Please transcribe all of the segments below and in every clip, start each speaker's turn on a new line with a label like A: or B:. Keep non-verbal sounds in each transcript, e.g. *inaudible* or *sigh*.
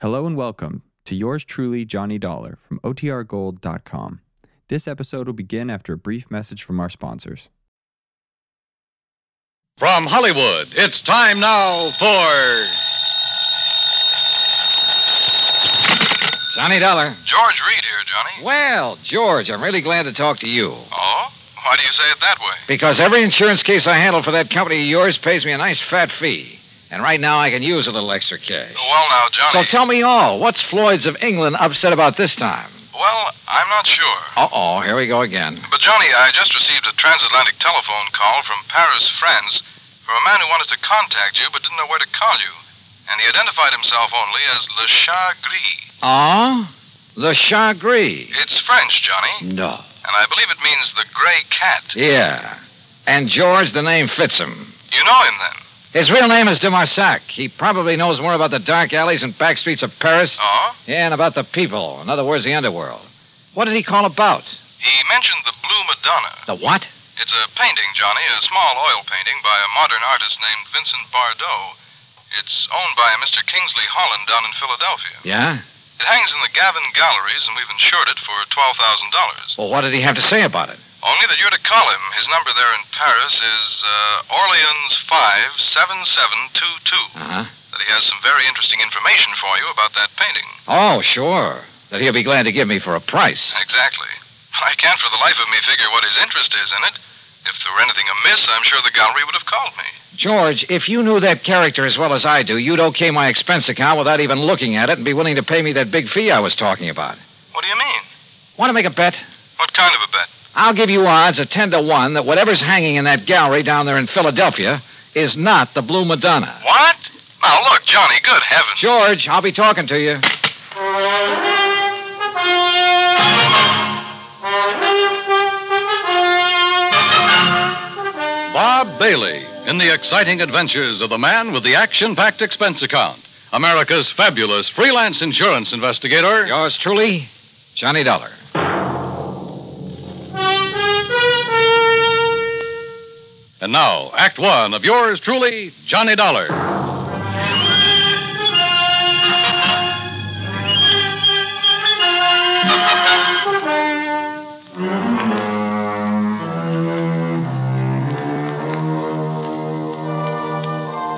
A: Hello and welcome to yours truly, Johnny Dollar from OTRGold.com. This episode will begin after a brief message from our sponsors.
B: From Hollywood, it's time now for. Johnny Dollar.
C: George Reed here, Johnny.
B: Well, George, I'm really glad to talk to you.
C: Oh? Why do you say it that way?
B: Because every insurance case I handle for that company of yours pays me a nice fat fee. And right now I can use a little extra cash.
C: Well, now,
B: So
C: Johnny.
B: tell me all. What's Floyd's of England upset about this time?
C: Well, I'm not sure.
B: Uh oh, here we go again.
C: But, Johnny, I just received a transatlantic telephone call from Paris, France, from a man who wanted to contact you but didn't know where to call you. And he identified himself only as Le Chat Gris.
B: Ah? Le Chat Gris.
C: It's French, Johnny,
B: No.
C: and I believe it means the gray cat.
B: Yeah. And George, the name fits him.
C: You know him, then?
B: His real name is de Marsac. He probably knows more about the dark alleys and back streets of Paris.
C: Oh?
B: Yeah, and about the people. In other words, the underworld. What did he call about?
C: He mentioned the Blue Madonna.
B: The what?
C: It's a painting, Johnny, a small oil painting by a modern artist named Vincent Bardot. It's owned by a Mr. Kingsley Holland down in Philadelphia.
B: Yeah?
C: It hangs in the Gavin Galleries, and we've insured it for $12,000.
B: Well, what did he have to say about it?
C: Only that you're to call him. His number there in Paris is uh, Orleans 57722.
B: Uh huh.
C: That he has some very interesting information for you about that painting.
B: Oh, sure. That he'll be glad to give me for a price.
C: Exactly. I can't for the life of me figure what his interest is in it. If there were anything amiss, I'm sure the gallery would have called me.
B: George, if you knew that character as well as I do, you'd okay my expense account without even looking at it and be willing to pay me that big fee I was talking about.
C: What do you mean?
B: Want to make a bet?
C: What kind of a bet?
B: I'll give you odds of 10 to 1 that whatever's hanging in that gallery down there in Philadelphia is not the Blue Madonna.
C: What? Now, look, Johnny, good heavens.
B: George, I'll be talking to you.
D: Bob Bailey in the exciting adventures of the man with the action packed expense account. America's fabulous freelance insurance investigator.
B: Yours truly, Johnny Dollar.
D: And now, Act One of yours truly, Johnny Dollar.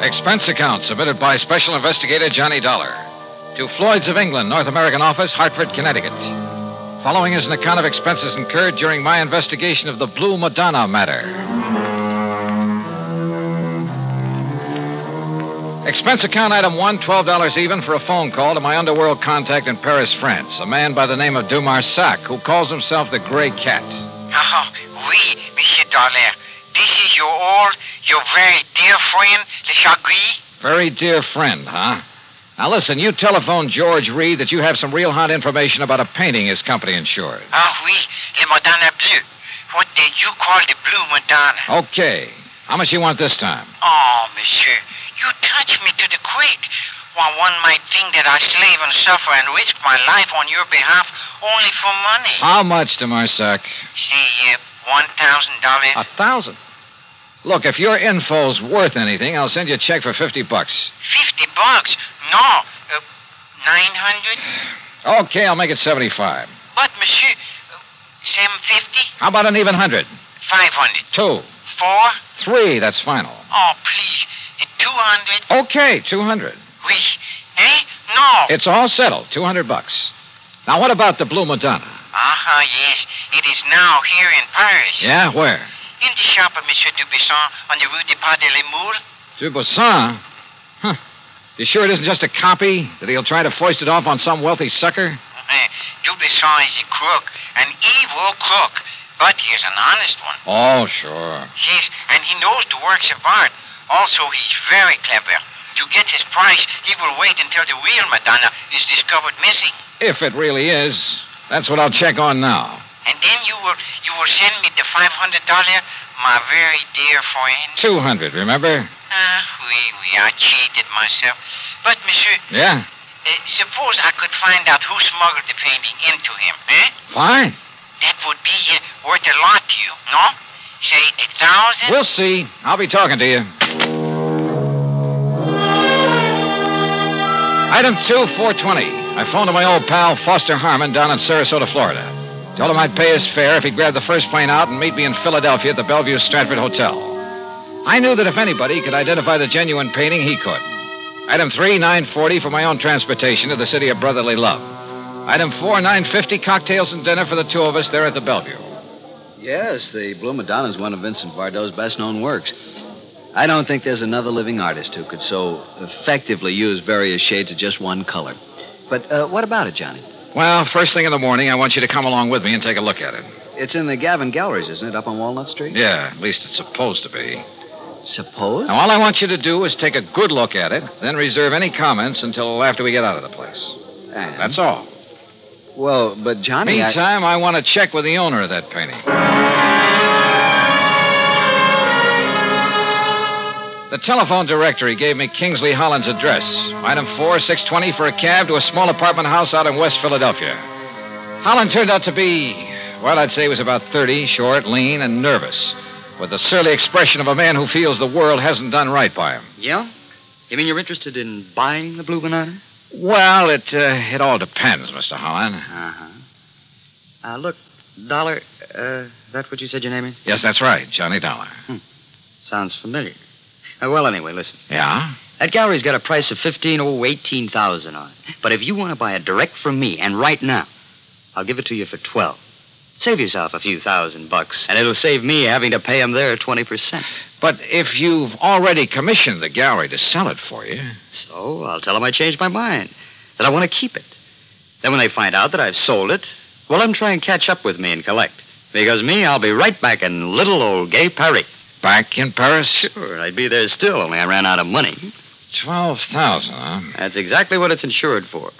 B: Expense account submitted by Special Investigator Johnny Dollar to Floyd's of England, North American Office, Hartford, Connecticut. Following is an account of expenses incurred during my investigation of the Blue Madonna matter. Expense account item one, $12 even for a phone call to my underworld contact in Paris, France, a man by the name of Dumarsac, who calls himself the Grey Cat.
E: Oh, oui, Monsieur Dollar. This is your old, your very dear friend, Le Chagris.
B: Very dear friend, huh? Now listen, you telephone George Reed that you have some real hot information about a painting his company insured.
E: Ah, oui, La Madonna Bleue. What did you call the Blue Madonna?
B: Okay. How much you want this time?
E: Oh, Monsieur, you touch me to the quick. While one might think that I slave and suffer and risk my life on your behalf only for money.
B: How much, De Marsac?
E: See, uh, one thousand dollars.
B: A thousand. Look, if your info's worth anything, I'll send you a check for fifty bucks.
E: Fifty bucks? No, uh, nine hundred.
B: Okay, I'll make it seventy-five.
E: But Monsieur, uh, seven fifty,
B: How about an even hundred?
E: five hundred,
B: Two,
E: four.
B: three. That's final.
E: Oh, please. Two hundred?
B: Okay, two hundred.
E: Oui. Eh? No.
B: It's all settled. Two hundred bucks. Now, what about the Blue Madonna?
E: Uh-huh, yes. It is now here in Paris.
B: Yeah, where?
E: In the shop of Monsieur Dubuisson on the Rue des Pas de les Moules.
B: Dubossin? Huh. You sure it isn't just a copy? That he'll try to foist it off on some wealthy sucker?
E: Eh, Dubuisson is a crook, an evil crook. But he is an honest one.
B: Oh, sure.
E: Yes, and he knows the works of art. Also, he's very clever. To get his price, he will wait until the real Madonna is discovered missing.
B: If it really is, that's what I'll check on now.
E: And then you will you will send me the five hundred dollar, my very dear friend.
B: 200, remember?
E: Ah, oui, oui, I cheated myself. But, monsieur,
B: Yeah?
E: uh, suppose I could find out who smuggled the painting into him, eh?
B: Fine.
E: That would be uh, worth a lot to you, no? Say, a thousand?
B: We'll see. I'll be talking to you. I Item 2, 420. I phoned to my old pal, Foster Harmon, down in Sarasota, Florida. Told him I'd pay his fare if he'd grab the first plane out and meet me in Philadelphia at the Bellevue Stratford Hotel. I knew that if anybody could identify the genuine painting, he could. Item 3, 940 for my own transportation to the city of brotherly love. Item 4, 950 cocktails and dinner for the two of us there at the Bellevue.
F: Yes, the Blue Madonna is one of Vincent Vardo's best known works. I don't think there's another living artist who could so effectively use various shades of just one color. But uh, what about it, Johnny?
B: Well, first thing in the morning, I want you to come along with me and take a look at it.
F: It's in the Gavin Galleries, isn't it, up on Walnut Street?
B: Yeah, at least it's supposed to be.
F: Suppose?
B: Now, all I want you to do is take a good look at it, then reserve any comments until after we get out of the place.
F: And-
B: That's all.
F: Well, but Johnny. I-
B: Meantime, I want to check with the owner of that painting. The telephone directory gave me Kingsley Holland's address. Item 4, 620 for a cab to a small apartment house out in West Philadelphia. Holland turned out to be, well, I'd say he was about 30, short, lean, and nervous, with the surly expression of a man who feels the world hasn't done right by him.
G: Yeah? You mean you're interested in buying the Blue Banana?
B: Well, it, uh, it all depends, Mr. Holland.
G: Uh-huh. Uh, look, Dollar, uh, that what you said your name is?
B: Yes, that's right, Johnny Dollar.
G: Sounds familiar. Uh, well, anyway, listen.
B: Yeah?
G: That gallery's got a price of fifteen, oh, eighteen thousand on it. But if you want to buy it direct from me, and right now, I'll give it to you for twelve. Save yourself a few thousand bucks, and it'll save me having to pay 'em there twenty percent.
B: But if you've already commissioned the gallery to sell it for you.
G: So I'll tell 'em I changed my mind, that I want to keep it. Then when they find out that I've sold it, well, them try and catch up with me and collect. Because me, I'll be right back in little old gay Paris.
B: Back in Paris?
G: Sure, I'd be there still, only I ran out of money.
B: 12,000, huh?
G: That's exactly what it's insured for.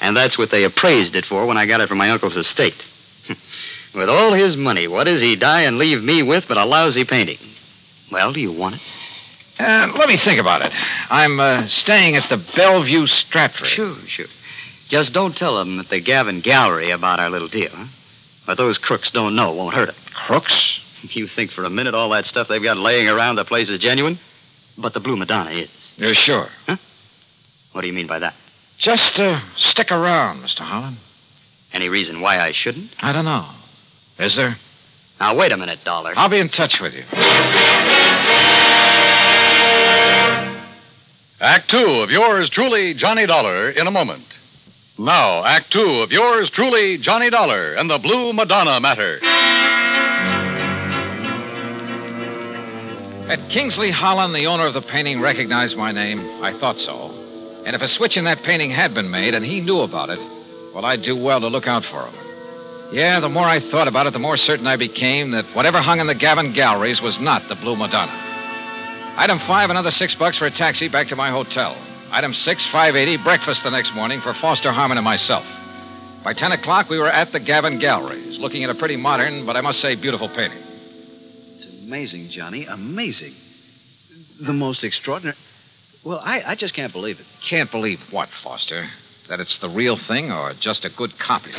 G: And that's what they appraised it for when I got it from my uncle's estate. *laughs* with all his money, what does he die and leave me with but a lousy painting? Well, do you want it?
B: Uh, let me think about it. I'm uh, staying at the Bellevue Stratford.
G: Sure, sure. Just don't tell them at the Gavin Gallery about our little deal, huh? But those crooks don't know, won't hurt it.
B: Crooks?
G: *laughs* You think for a minute all that stuff they've got laying around the place is genuine? But the Blue Madonna is.
B: Yeah, sure.
G: What do you mean by that?
B: Just uh, stick around, Mr. Holland.
G: Any reason why I shouldn't?
B: I don't know. Is there?
G: Now, wait a minute, Dollar.
B: I'll be in touch with you.
H: Act two of yours truly, Johnny Dollar, in a moment. Now, Act two of yours truly, Johnny Dollar and the Blue Madonna matter.
B: Had Kingsley Holland, the owner of the painting, recognized my name? I thought so. And if a switch in that painting had been made and he knew about it, well, I'd do well to look out for him. Yeah, the more I thought about it, the more certain I became that whatever hung in the Gavin galleries was not the Blue Madonna. Item five, another six bucks for a taxi back to my hotel. Item six, 580, breakfast the next morning for Foster Harmon and myself. By 10 o'clock, we were at the Gavin Galleries, looking at a pretty modern, but I must say beautiful painting.
F: It's amazing, Johnny. Amazing. The most extraordinary. Well, I, I just can't believe it.
B: Can't believe what, Foster? That it's the real thing or just a good copy?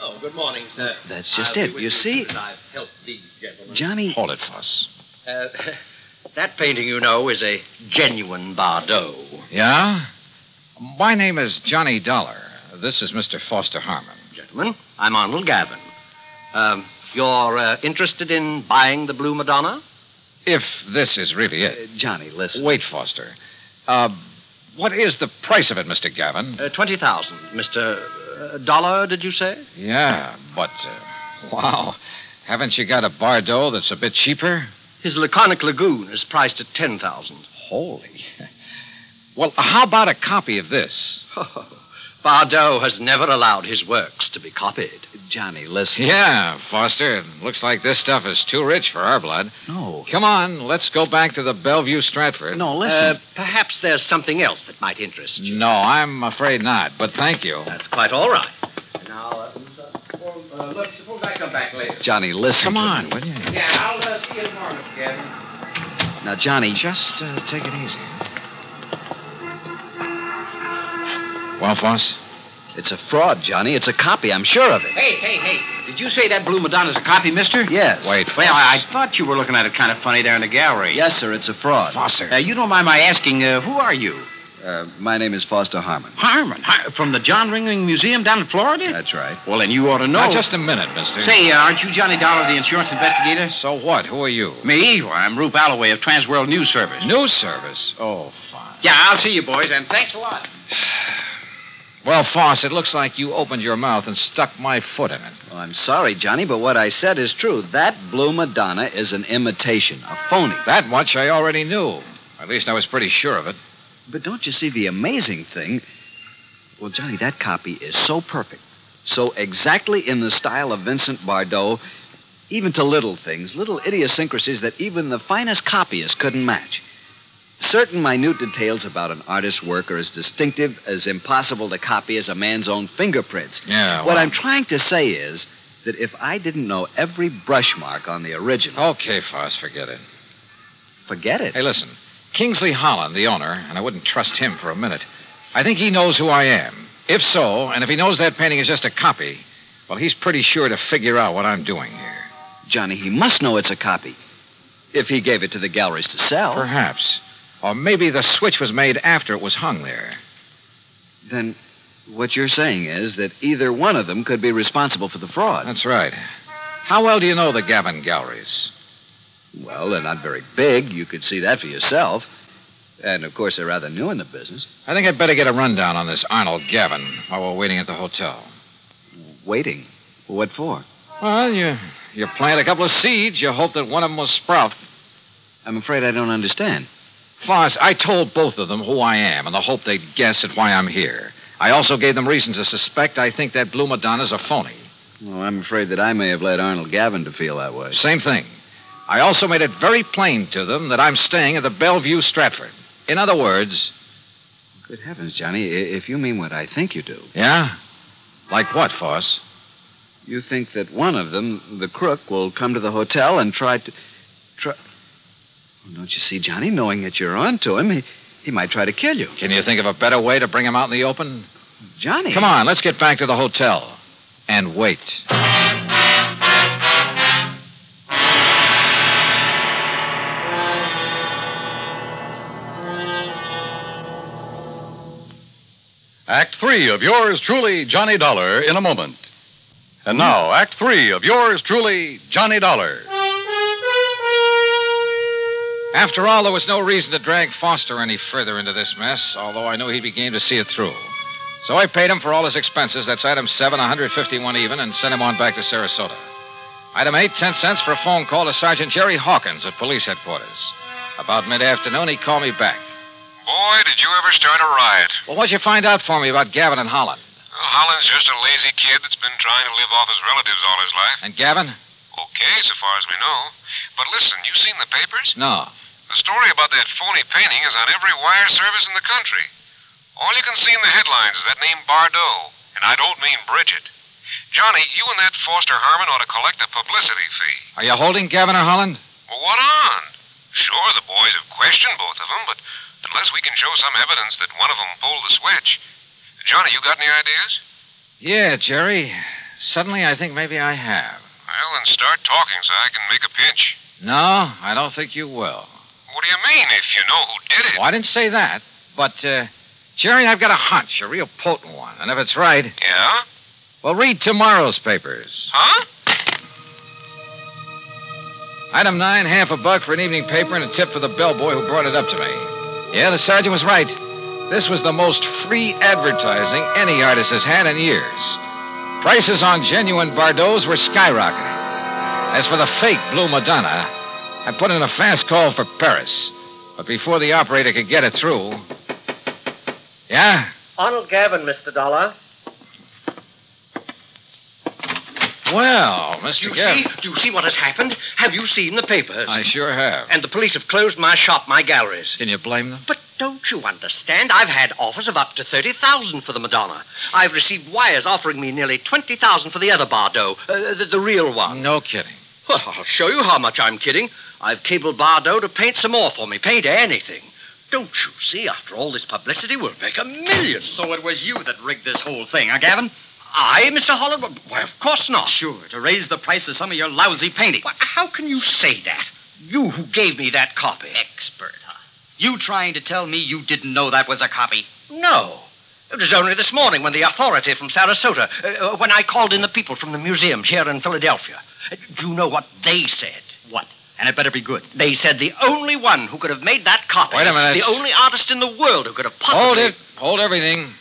I: Oh, good morning, sir.
F: That's just
I: I'll be
F: it.
I: with
F: You see-
I: soon as I've helped these gentlemen.
F: Johnny.
B: Hold it, Foss.
I: Uh, *laughs* that painting, you know, is a genuine Bardot.
B: Yeah? My name is Johnny Dollar. This is Mr. Foster Harmon.
I: Gentlemen, I'm Arnold Gavin. Um, you're uh, interested in buying the Blue Madonna?
B: If this is really
F: Uh,
B: it.
F: Johnny, listen.
B: Wait, Foster. Uh, what is the price of it, Mr. Gavin?
I: Uh, 20,000. Mr. Uh, Dollar, did you say?
B: Yeah, but. Uh, wow. Haven't you got a Bardo that's a bit cheaper?
I: His Laconic Lagoon is priced at 10,000.
B: Holy. Well, how about a copy of this?
I: Oh, *laughs* Bardot has never allowed his works to be copied.
F: Johnny, listen.
B: Yeah, Foster. It looks like this stuff is too rich for our blood.
F: No.
B: Come on, let's go back to the Bellevue Stratford.
F: No,
I: Uh,
F: listen.
I: perhaps there's something else that might interest you.
B: No, I'm afraid not, but thank
G: Uh,
B: you.
I: That's quite all right. Now, uh, suppose- uh, look, suppose I come back later.
F: Johnny, listen.
B: Come
F: to
B: on,
F: me.
B: will you?
I: Yeah, I'll uh, see you tomorrow, Mr. Gavin.
F: Now, Johnny.
B: Just uh, take it easy. Well, Foss?
F: It's a fraud, Johnny. It's a copy. I'm sure of it.
G: Hey, hey, hey. Did you say that Blue Madonna's a copy, mister?
F: Yes.
B: Wait, Foss.
G: Well, I, I thought you were looking at it kind of funny there in the gallery.
F: Yes, sir. It's a fraud.
B: Foster.
G: Uh, you don't mind my asking, uh, who are you? Uh, my name is Foster Harmon.
J: Harmon, Har- from the John Ringling Museum down in Florida?
G: That's right.
J: well, then you ought to know.
B: Now, just a minute, mister.
J: Say, uh, aren't you Johnny Dollar, the insurance investigator?
B: So what? Who are you?
J: Me? Well, I'm Rupe Alloway of Transworld News Service.
B: News service. Oh, fine.
J: Yeah, I'll see you, boys, and thanks a lot.
B: Well, Foss, it looks like you opened your mouth and stuck my foot in it.
G: Well, I'm sorry, Johnny, but what I said is true. That blue Madonna is an imitation, a phony.
B: That much I already knew. At least I was pretty sure of it.
G: But don't you see the amazing thing? Well, Johnny, that copy is so perfect, so exactly in the style of Vincent Bardot, even to little things, little idiosyncrasies that even the finest copyist couldn't match. Certain minute details about an artist's work are as distinctive, as impossible to copy as a man's own fingerprints.
B: Yeah.
G: What I'm trying to say is that if I didn't know every brush mark on the original,
B: Okay, Foss, forget it.
G: forget it.
B: Hey, listen. Kingsley Holland, the owner, and I wouldn't trust him for a minute. I think he knows who I am. If so, and if he knows that painting is just a copy, well, he's pretty sure to figure out what I'm doing here.
G: Johnny, he must know it's a copy. If he gave it to the galleries to sell.
B: Perhaps. Or maybe the switch was made after it was hung there.
G: Then what you're saying is that either one of them could be responsible for the fraud.
B: That's right. How well do you know the Gavin galleries?
G: Well, they're not very big. You could see that for yourself. And of course, they're rather new in the business.
B: I think I'd better get a rundown on this Arnold Gavin while we're waiting at the hotel.
G: Waiting. What for?
B: Well, you you plant a couple of seeds, you hope that one of them will sprout.
G: I'm afraid I don't understand.
B: Foss, I told both of them who I am in the hope they'd guess at why I'm here. I also gave them reason to suspect I think that Blue Madonna's a phony.
G: Well, I'm afraid that I may have led Arnold Gavin to feel that way.
B: Same thing. I also made it very plain to them that I'm staying at the Bellevue Stratford. In other words,
G: Good heavens, Johnny, i- if you mean what I think you do,
B: yeah? Like what, Foss?
G: you think that one of them, the crook, will come to the hotel and try to. Try... Well, don't you see, Johnny, knowing that you're on to him, he, he might try to kill you.
B: Can you think of a better way to bring him out in the open?
G: Johnny.
B: Come on, let's get back to the hotel and wait.
D: Act three of yours truly, Johnny Dollar, in a moment. And now, Act three of yours truly, Johnny Dollar.
B: After all, there was no reason to drag Foster any further into this mess, although I knew he'd be game to see it through. So I paid him for all his expenses. That's item seven, 151 even, and sent him on back to Sarasota. Item eight, 10 cents for a phone call to Sergeant Jerry Hawkins at police headquarters. About mid afternoon, he called me back.
C: Boy, did you ever start a riot.
B: Well, what'd you find out for me about Gavin and Holland?
C: Well, Holland's just a lazy kid that's been trying to live off his relatives all his life.
B: And Gavin?
C: Okay, so far as we know. But listen, you seen the papers?
B: No.
C: The story about that phony painting is on every wire service in the country. All you can see in the headlines is that name Bardot, and I don't mean Bridget. Johnny, you and that Foster Harmon ought to collect a publicity fee.
B: Are you holding Gavin or Holland?
C: Well, what on? Sure, the boys have questioned both of them, but unless we can show some evidence that one of them pulled the switch. Johnny, you got any ideas?
B: Yeah, Jerry. Suddenly, I think maybe I have.
C: Well, then start talking so I can make a pitch.
B: No, I don't think you will.
C: What do you mean, if you know who did it?
B: Well, I didn't say that, but, uh, Jerry, I've got a hunch, a real potent one. And if it's right,
C: Yeah?
B: well, read tomorrow's papers.
C: Huh?
B: Item nine, half a buck for an evening paper and a tip for the bellboy who brought it up to me. Yeah, the sergeant was right. This was the most free advertising any artist has had in years. Prices on genuine Bardots were skyrocketing. As for the fake Blue Madonna, I put in a fast call for Paris. But before the operator could get it through. Yeah?
I: Arnold Gavin, Mr. Dollar.
B: Well, Mr.
I: Do you
B: Gavin.
I: see? Do you see what has happened? Have you seen the papers?
B: I sure have.
I: And the police have closed my shop, my galleries.
B: Can you blame them?
I: But don't you understand? I've had offers of up to thirty thousand for the Madonna. I've received wires offering me nearly twenty thousand for the other Bardo, uh, the, the real one.
B: No kidding.
I: Well, I'll show you how much I'm kidding. I've cabled Bardo to paint some more for me. Paint anything. Don't you see? After all this publicity, we'll make a million.
K: So it was you that rigged this whole thing, huh, Gavin?
I: I, Mr. Holland? Why, of course not.
K: Sure, to raise the price of some of your lousy paintings.
I: Why, how can you say that? You who gave me that copy.
K: Expert, huh? You trying to tell me you didn't know that was a copy?
I: No. It was only this morning when the authority from Sarasota, uh, uh, when I called in the people from the museum here in Philadelphia. Uh, Do you know what they said? What?
K: And it better be good.
I: They said the only one who could have made that copy.
B: Wait a minute.
I: The only artist in the world who could have possibly.
B: Hold it. Hold everything.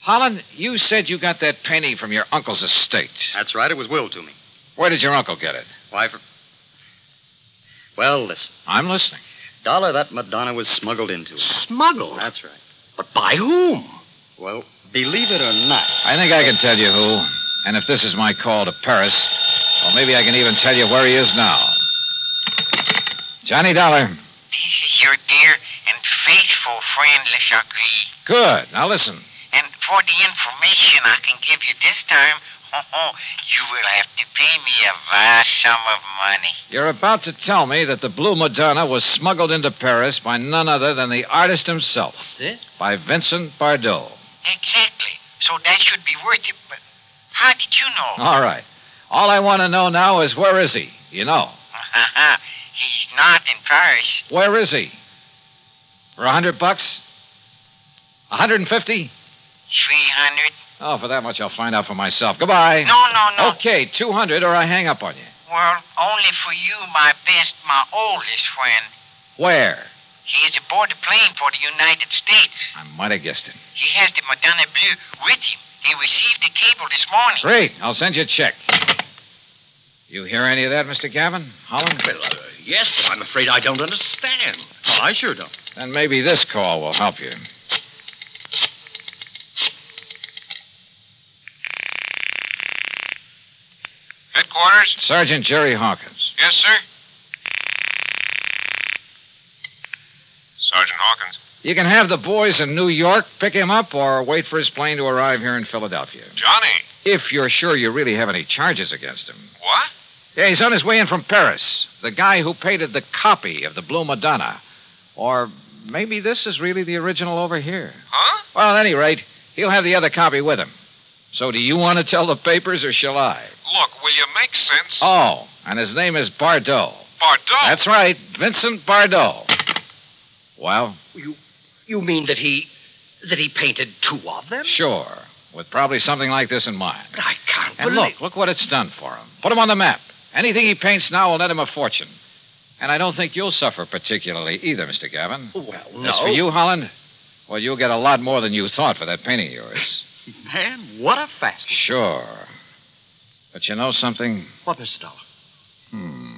B: Holland, you said you got that painting from your uncle's estate.
K: That's right. It was willed to me.
B: Where did your uncle get it?
K: Why, for... Well, listen.
B: I'm listening.
K: Dollar that Madonna was smuggled into.
I: Smuggled?
K: That's right.
I: But by whom?
K: Well, believe it or not.
B: I think I can tell you who. And if this is my call to Paris, well, maybe I can even tell you where he is now. Johnny Dollar.
E: This is your dear and faithful friend, Le Chagris.
B: Good. Now listen.
E: And for the information I can give you this time, *laughs* you will have to pay me a vast sum of money.
B: You're about to tell me that the Blue Madonna was smuggled into Paris by none other than the artist himself.
K: This?
B: By Vincent Bardot.
E: Exactly. So that should be worth it. But how did you know?
B: All right. All I want to know now is where is he? You know.
E: *laughs* He's not in Paris.
B: Where is he? For a hundred bucks? A hundred and fifty?
E: 300.
B: Oh, for that much I'll find out for myself. Goodbye.
E: No, no, no.
B: Okay, two hundred or I hang up on you.
E: Well, only for you, my best, my oldest friend.
B: Where?
E: He is aboard the plane for the United States.
B: I might have guessed it.
E: He has the Madonna Bleu with him. He received the cable this morning.
B: Great. I'll send you a check. You hear any of that, Mr. Gavin? Holland?
D: Well, uh, yes, but I'm afraid I don't understand. Well, Oh, I sure don't.
B: Then maybe this call will help you.
C: Headquarters?
B: Sergeant Jerry Hawkins.
C: Yes, sir. Sergeant Hawkins,
B: You can have the boys in New York pick him up or wait for his plane to arrive here in Philadelphia.
C: Johnny.
B: If you're sure you really have any charges against him.
C: What?
B: Yeah, he's on his way in from Paris. The guy who painted the copy of the Blue Madonna. Or maybe this is really the original over here.
C: Huh?
B: Well, at any rate, he'll have the other copy with him. So do you want to tell the papers or shall I?
C: Look, will you make sense?
B: Oh, and his name is Bardot.
C: Bardot.
B: That's right, Vincent Bardot. Well,
I: You, you mean that he. that he painted two of them?
B: sure. With probably something like this in mind.
I: But I can't
B: And
I: believe
B: look, look what it's done for him. Put him on the map. Anything he paints now will net him a fortune. And I don't think you'll suffer particularly either, Mr. Gavin.
I: Well, no.
B: As for you, Holland, well, you'll get a lot more than you thought for that painting of yours.
I: Man, what a fast.
B: Sure. But you know something?
I: What, Mr. Dollar?
B: Hmm.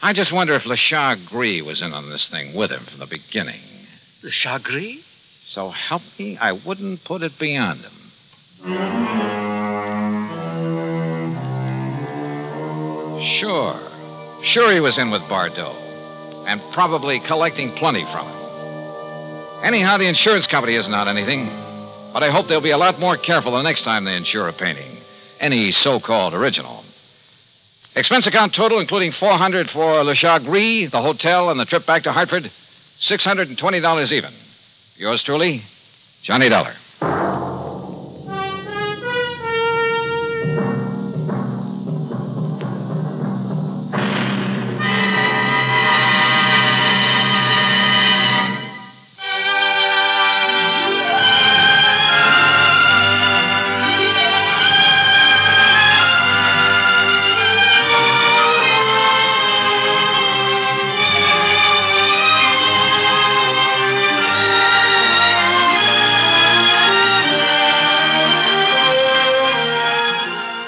B: I just wonder if Lachar Gris was in on this thing with him from the beginning.
I: The Chagris?
B: So help me, I wouldn't put it beyond him. Sure. Sure he was in with Bardot. And probably collecting plenty from him. Anyhow, the insurance company isn't out anything. But I hope they'll be a lot more careful the next time they insure a painting. Any so-called original. Expense account total, including 400 for Le Chagris, the hotel, and the trip back to Hartford, $620 even. Yours truly, Johnny Dollar.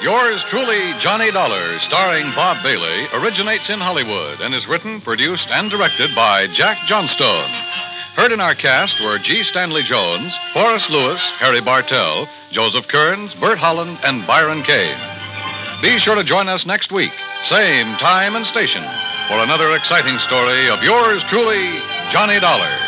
D: Yours truly, Johnny Dollar, starring Bob Bailey, originates in Hollywood and is written, produced, and directed by Jack Johnstone. Heard in our cast were G. Stanley Jones, Forrest Lewis, Harry Bartell, Joseph Kearns, Bert Holland, and Byron Kane. Be sure to join us next week, same time and station, for another exciting story of yours truly, Johnny Dollar.